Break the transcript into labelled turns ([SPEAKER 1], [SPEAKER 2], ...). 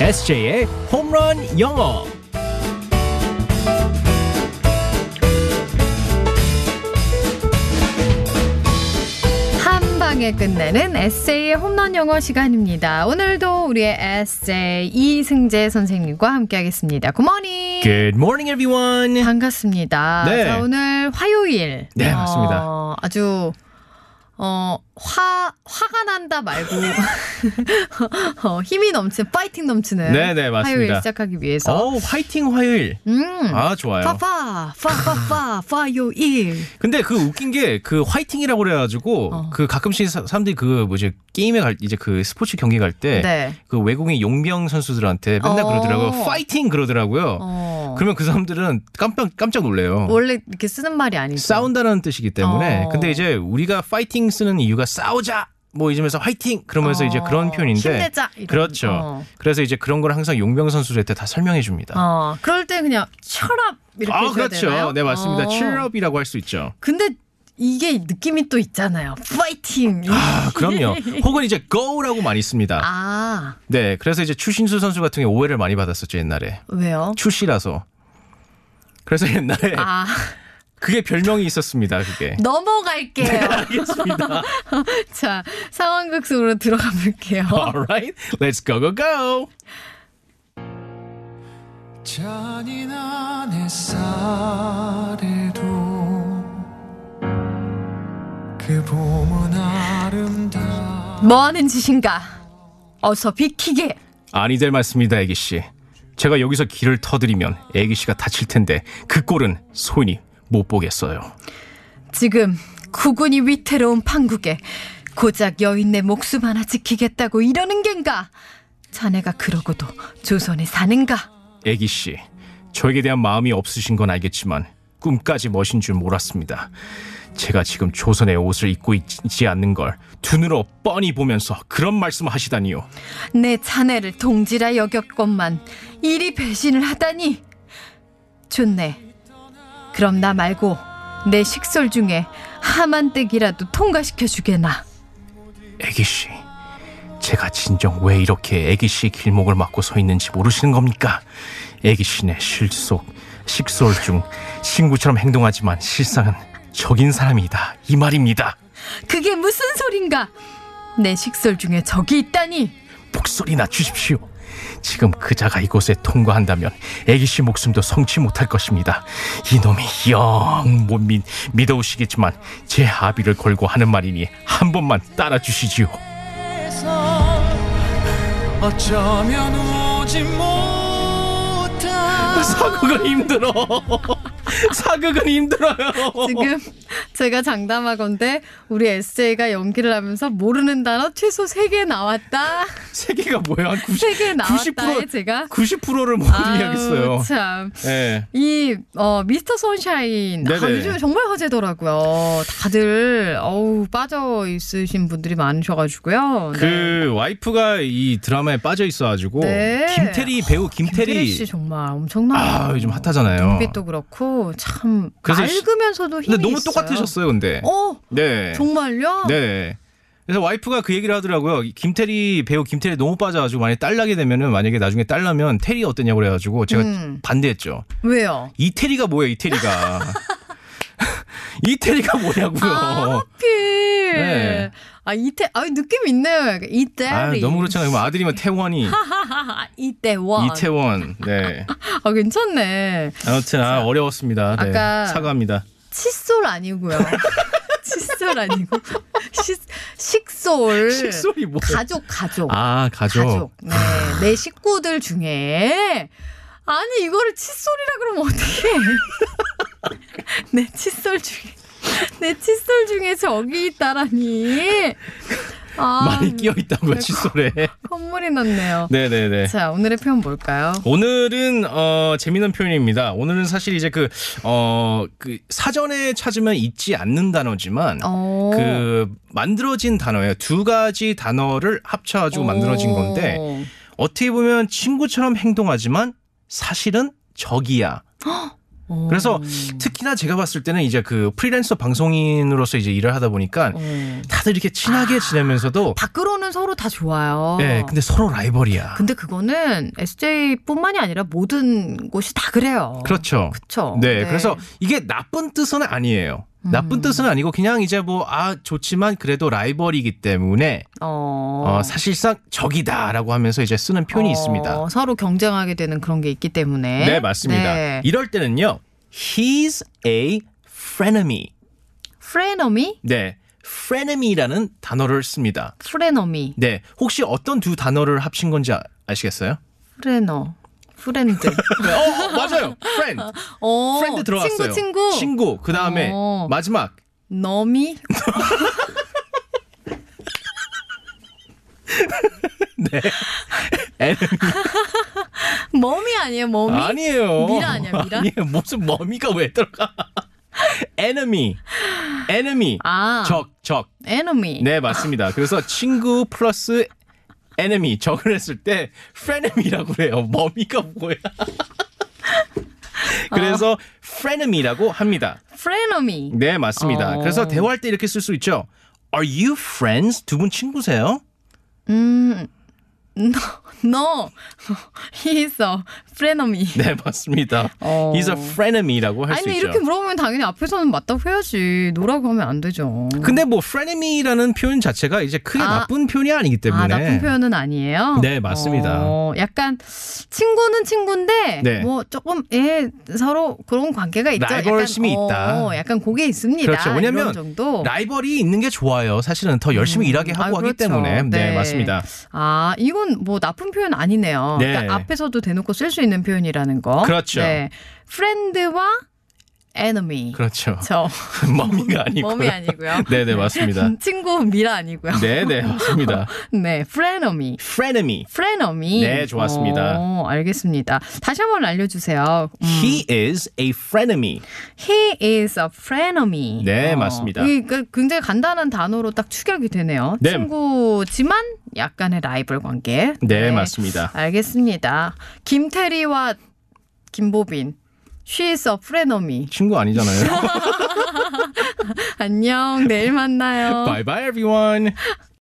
[SPEAKER 1] SJ의 홈런 영어.
[SPEAKER 2] 한 방에 끝내는 에세이의 홈런 영어 시간입니다. 오늘도 우리의 에세이 이승재 선생님과 함께하겠습니다. 굿모닝.
[SPEAKER 1] Good morning, everyone.
[SPEAKER 2] 반갑습니다.
[SPEAKER 1] 네.
[SPEAKER 2] 자, 오늘 화요일.
[SPEAKER 1] 네, 맞습니다.
[SPEAKER 2] 어, 아주 어, 화 화가 난다 말고 어, 힘이 넘치는 파이팅 넘치는
[SPEAKER 1] 네, 네, 맞습니다.
[SPEAKER 2] 화요일 시작하기 위해서
[SPEAKER 1] 어, 화이팅 화요일.
[SPEAKER 2] 음.
[SPEAKER 1] 아, 좋아요.
[SPEAKER 2] 파파 파파파 파요일.
[SPEAKER 1] 근데 그 웃긴 게 그 화이팅이라고 그래가지고
[SPEAKER 2] 어.
[SPEAKER 1] 그 가끔씩 사- 사람들이 그 뭐지 게임에 갈 이제 그 스포츠 경기 갈 때
[SPEAKER 2] 네.
[SPEAKER 1] 그 외국인 용병 선수들한테 맨날
[SPEAKER 2] 어.
[SPEAKER 1] 그러더라고요. 파이팅 그러더라고요.
[SPEAKER 2] 어.
[SPEAKER 1] 그러면 그 사람들은 깜짝 깜짝 놀래요.
[SPEAKER 2] 원래 이렇게 쓰는 말이 아니죠.
[SPEAKER 1] 싸운다는 뜻이기 때문에
[SPEAKER 2] 어.
[SPEAKER 1] 근데 이제 우리가 파이팅 쓰는 이유가 싸우자 뭐 이러면서 화이팅 그러면서
[SPEAKER 2] 어,
[SPEAKER 1] 이제 그런 표현인데
[SPEAKER 2] 힘내자 이런.
[SPEAKER 1] 그렇죠.
[SPEAKER 2] 어.
[SPEAKER 1] 그래서 이제 그런 걸 항상 용병 선수들한테 다 설명해 줍니다.
[SPEAKER 2] 어, 그럴 때 그냥 철업 이렇게
[SPEAKER 1] 아
[SPEAKER 2] 해야
[SPEAKER 1] 그렇죠.
[SPEAKER 2] 되나요?
[SPEAKER 1] 네 맞습니다.
[SPEAKER 2] 어.
[SPEAKER 1] cheerup이라고 할 수 있죠.
[SPEAKER 2] 근데 이게 느낌이 또 있잖아요. 파이팅.
[SPEAKER 1] 아 그럼요. 혹은 이제 go라고 많이 씁니다.
[SPEAKER 2] 아
[SPEAKER 1] 네 그래서 이제 추신수 선수 같은 경우 오해를 많이 받았었죠 옛날에
[SPEAKER 2] 왜요?
[SPEAKER 1] 추시라서. 그래서 옛날에
[SPEAKER 2] 아
[SPEAKER 1] 그게 별명이 있었습니다. 그게.
[SPEAKER 2] 넘어갈게요.
[SPEAKER 1] 네, 알겠습니다.
[SPEAKER 2] 자 상황극 속으로 들어가 볼게요.
[SPEAKER 1] Alright, let's go go go.
[SPEAKER 3] 잔인한 햇살에도 그 봄은 아름다워
[SPEAKER 2] 뭐 하는 짓인가? 어서 비키게.
[SPEAKER 1] 아니 될 말씀입니다, 애기 씨. 제가 여기서 길을 터드리면 애기 씨가 다칠 텐데 그 꼴은 소인이 못 보겠어요.
[SPEAKER 2] 지금 구군이 위태로운 판국에 고작 여인네 목숨 하나 지키겠다고 이러는 겐가? 자네가 그러고도 조선에 사는가?
[SPEAKER 1] 애기 씨, 저에게 대한 마음이 없으신 건 알겠지만 꿈까지 멋인 줄 몰랐습니다. 제가 지금 조선의 옷을 입고 있지 않는 걸 두 눈으로 뻔히 보면서 그런 말씀을 하시다니요.
[SPEAKER 2] 내 자네를 동지라 여겼건만 이리 배신을 하다니 좋네 그럼 나 말고 내 식솔 중에 하만댁이라도 통과시켜 주게나
[SPEAKER 1] 애기 씨, 제가 진정 왜 이렇게 애기 씨 길목을 막고 서 있는지 모르시는 겁니까? 애기 씨네 실속, 식솔 중 친구처럼 행동하지만 실상은 적인 사람이다 이 말입니다.
[SPEAKER 2] 그게 무슨 소린가 내 식솔 중에 적이 있다니
[SPEAKER 1] 목소리 낮추십시오. 지금 그자가 이곳에 통과한다면 애기씨 목숨도 성취 못할 것입니다. 이놈이 영 못 믿어오시겠지만 제 아비를 걸고 하는 말이니 한 번만 따라주시지요.
[SPEAKER 3] 어쩌면 오지 못한
[SPEAKER 1] 사극은 힘들어. 사극은 힘들어요.
[SPEAKER 2] 지금 제가 장담하건데 우리 에세이가 연기를 하면서 모르는 단어 최소 세 개 나왔다
[SPEAKER 1] 세계가 뭐야? 한 90,
[SPEAKER 2] 세 개
[SPEAKER 1] 90%,
[SPEAKER 2] 나왔다에 제가
[SPEAKER 1] 90%를 못
[SPEAKER 2] 아우,
[SPEAKER 1] 이해하겠어요.
[SPEAKER 2] 참
[SPEAKER 1] 예.
[SPEAKER 2] 이 어, 미스터 선샤인 아,
[SPEAKER 1] 네네.
[SPEAKER 2] 요즘 정말 화제더라고요. 다들 어우 빠져 있으신 분들이 많으셔가지고요. 네.
[SPEAKER 1] 그 와이프가 이 드라마에 빠져 있어가지고
[SPEAKER 2] 네.
[SPEAKER 1] 김태리 배우
[SPEAKER 2] 김태리
[SPEAKER 1] 김태리
[SPEAKER 2] 씨 정말 엄청나.
[SPEAKER 1] 아 요즘 핫하잖아요.
[SPEAKER 2] 눈빛도 그렇고 참
[SPEAKER 1] 그래서
[SPEAKER 2] 맑으면서도 힘이
[SPEAKER 1] 근데 너무
[SPEAKER 2] 있어요.
[SPEAKER 1] 똑같으셨어요, 근데.
[SPEAKER 2] 어
[SPEAKER 1] 네.
[SPEAKER 2] 정말요?
[SPEAKER 1] 네. 그래서 와이프가 그 얘기를 하더라고요. 이 김태리 배우 김태리 너무 빠져가지고 만약 에딸 나게 되면은 만약에 나중에 딸 나면 테리 어땠냐고 그래가지고 제가
[SPEAKER 2] 음.
[SPEAKER 1] 반대했죠.
[SPEAKER 2] 왜요?
[SPEAKER 1] 이 테리가 뭐예요, 이 테리가. 이 테리가 뭐냐고요.
[SPEAKER 2] 아, 하필
[SPEAKER 1] 네.
[SPEAKER 2] 아 이태 아 느낌 있네요. 이태리
[SPEAKER 1] 아, 너무 그렇잖아요. 뭐 아들이면 태원이,
[SPEAKER 2] 이태원.
[SPEAKER 1] 이태원. 네.
[SPEAKER 2] 아 괜찮네.
[SPEAKER 1] 아무튼 아 어려웠습니다. 네.
[SPEAKER 2] 아까-
[SPEAKER 1] 사과합니다.
[SPEAKER 2] 칫솔 아니고요. 칫솔 아니고 식 식솔.
[SPEAKER 1] 식솔이 뭐?
[SPEAKER 2] 가족 가족.
[SPEAKER 1] 아 가족. 아.
[SPEAKER 2] 가족. 네. 내 식구들 중에 아니 이거를 칫솔이라 그러면 어떻게? 내 칫솔 중에 내 칫솔 중에 적이 있다라니. 아, 그러니까. 음,
[SPEAKER 1] 많이 끼어 있다고요 칫솔에.
[SPEAKER 2] 콧물이 났네요.
[SPEAKER 1] 네네네.
[SPEAKER 2] 자 오늘의 표현 뭘까요?
[SPEAKER 1] 오늘은 어 재미있는 표현입니다. 오늘은 사실 이제 그 어, 그 사전에 찾으면 있지 않는 단어지만
[SPEAKER 2] 어.
[SPEAKER 1] 그 만들어진 단어예요. 두 가지 단어를 합쳐가지고 만들어진
[SPEAKER 2] 오.
[SPEAKER 1] 건데 어떻게 보면 친구처럼 행동하지만 사실은 적이야.
[SPEAKER 2] 어.
[SPEAKER 1] 그래서 특히나 제가 봤을 때는 이제 그 프리랜서 방송인으로서 이제 일을 하다 보니까
[SPEAKER 2] 어.
[SPEAKER 1] 다들 이렇게 친하게 지내면서도
[SPEAKER 2] 밖으로는 서로 다 좋아요.
[SPEAKER 1] 예, 근데 서로 라이벌이야.
[SPEAKER 2] 어. 근데 그거는 SJ뿐만이 아니라 모든 곳이 다 그래요.
[SPEAKER 1] 그렇죠.
[SPEAKER 2] 그렇죠.
[SPEAKER 1] 네, 그래서 이게 나쁜 뜻은 아니에요.
[SPEAKER 2] 음.
[SPEAKER 1] 나쁜 뜻은 아니고 그냥 이제 뭐 아 좋지만 그래도 라이벌이기 때문에
[SPEAKER 2] 어.
[SPEAKER 1] 어, 사실상 적이다라고 하면서 이제 쓰는 표현이
[SPEAKER 2] 어,
[SPEAKER 1] 있습니다.
[SPEAKER 2] 서로 경쟁하게 되는 그런 게 있기 때문에.
[SPEAKER 1] 네, 맞습니다.
[SPEAKER 2] 네.
[SPEAKER 1] 이럴 때는요, he's a frenemy.
[SPEAKER 2] 프레너미,
[SPEAKER 1] 네, frenemy라는 단어를 씁니다.
[SPEAKER 2] 프레너미,
[SPEAKER 1] 네, 혹시 어떤 두 단어를 합친 건지 아, 아시겠어요?
[SPEAKER 2] 프레너, 프렌드.
[SPEAKER 1] 어, 맞아요. friend,
[SPEAKER 2] 어,
[SPEAKER 1] friend 들어갔어요.
[SPEAKER 2] 친구, 친구.
[SPEAKER 1] 친구. 그 다음에
[SPEAKER 2] 어.
[SPEAKER 1] 마지막
[SPEAKER 2] 너미. 머미 아니에요, 머미?
[SPEAKER 1] 아니에요.
[SPEAKER 2] 미라 아니야, 미라?
[SPEAKER 1] 아니에요. 무슨 머미가 왜 들어가? enemy, enemy,
[SPEAKER 2] 아.
[SPEAKER 1] 적, 적.
[SPEAKER 2] 에너미.
[SPEAKER 1] 네, 맞습니다. 그래서 친구 플러스 enemy 적을 했을 때 frenemy라고 그래요. 머미가 뭐야? 그래서 frenemy라고 합니다.
[SPEAKER 2] 프레너미.
[SPEAKER 1] 네, 맞습니다.
[SPEAKER 2] 어.
[SPEAKER 1] 그래서 대화할 때 이렇게 쓸 수 있죠. Are you friends? 두 분 친구세요?
[SPEAKER 2] 음. No, no. He is a frenemy.
[SPEAKER 1] 네, 맞습니다.
[SPEAKER 2] 어.
[SPEAKER 1] He's a frenemy라고 할 수
[SPEAKER 2] 아니면
[SPEAKER 1] 있죠.
[SPEAKER 2] 이렇게 물어보면 당연히 앞에서는 맞다고 해야지. 노라고 하면 안 되죠.
[SPEAKER 1] 근데 뭐 frenemy라는 표현 자체가 이제 크게
[SPEAKER 2] 아.
[SPEAKER 1] 나쁜 표현이 아니기 때문에
[SPEAKER 2] 아, 나쁜 표현은 아니에요?
[SPEAKER 1] 네, 맞습니다.
[SPEAKER 2] 어, 약간 친구는 친구인데
[SPEAKER 1] 네.
[SPEAKER 2] 뭐 조금 예, 서로 그런 관계가 있죠.
[SPEAKER 1] 라이벌심이
[SPEAKER 2] 약간,
[SPEAKER 1] 있다.
[SPEAKER 2] 어, 약간 그게 있습니다.
[SPEAKER 1] 그렇죠. 왜냐면
[SPEAKER 2] 이런 정도.
[SPEAKER 1] 라이벌이 있는 게 좋아요. 사실은 더 열심히 일하게 하고
[SPEAKER 2] 아,
[SPEAKER 1] 하기
[SPEAKER 2] 그렇죠.
[SPEAKER 1] 때문에 네,
[SPEAKER 2] 네.
[SPEAKER 1] 맞습니다.
[SPEAKER 2] 아, 이건 뭐 나쁜 표현 아니네요.
[SPEAKER 1] 네.
[SPEAKER 2] 그러니까 앞에서도 대놓고 쓸 수 있는 표현이라는 거.
[SPEAKER 1] 그렇죠.
[SPEAKER 2] 네. friend와 enemy.
[SPEAKER 1] 그렇죠.
[SPEAKER 2] 저
[SPEAKER 1] 머미가 아니고요.
[SPEAKER 2] 몸이 아니고요. 음,
[SPEAKER 1] 네네 맞습니다.
[SPEAKER 2] 친구 미라 아니고요.
[SPEAKER 1] 네네 맞습니다.
[SPEAKER 2] 네, frenemy.
[SPEAKER 1] Frenemy.
[SPEAKER 2] 프레너미.
[SPEAKER 1] 네, 좋았습니다.
[SPEAKER 2] 어, 알겠습니다. 다시 한번 알려주세요. 음,
[SPEAKER 1] He is a frenemy.
[SPEAKER 2] he is a frenemy.
[SPEAKER 1] 네, 맞습니다.
[SPEAKER 2] 이, 그, 굉장히 간단한 단어로 딱 축약이 되네요.
[SPEAKER 1] 네.
[SPEAKER 2] 친구지만 약간의 라이벌 관계.
[SPEAKER 1] 네, 맞습니다.
[SPEAKER 2] 알겠습니다. 김태리와 김보빈. She is a frenemy.
[SPEAKER 1] 친구 아니잖아요.
[SPEAKER 2] 안녕, 내일 만나요.
[SPEAKER 1] bye bye everyone.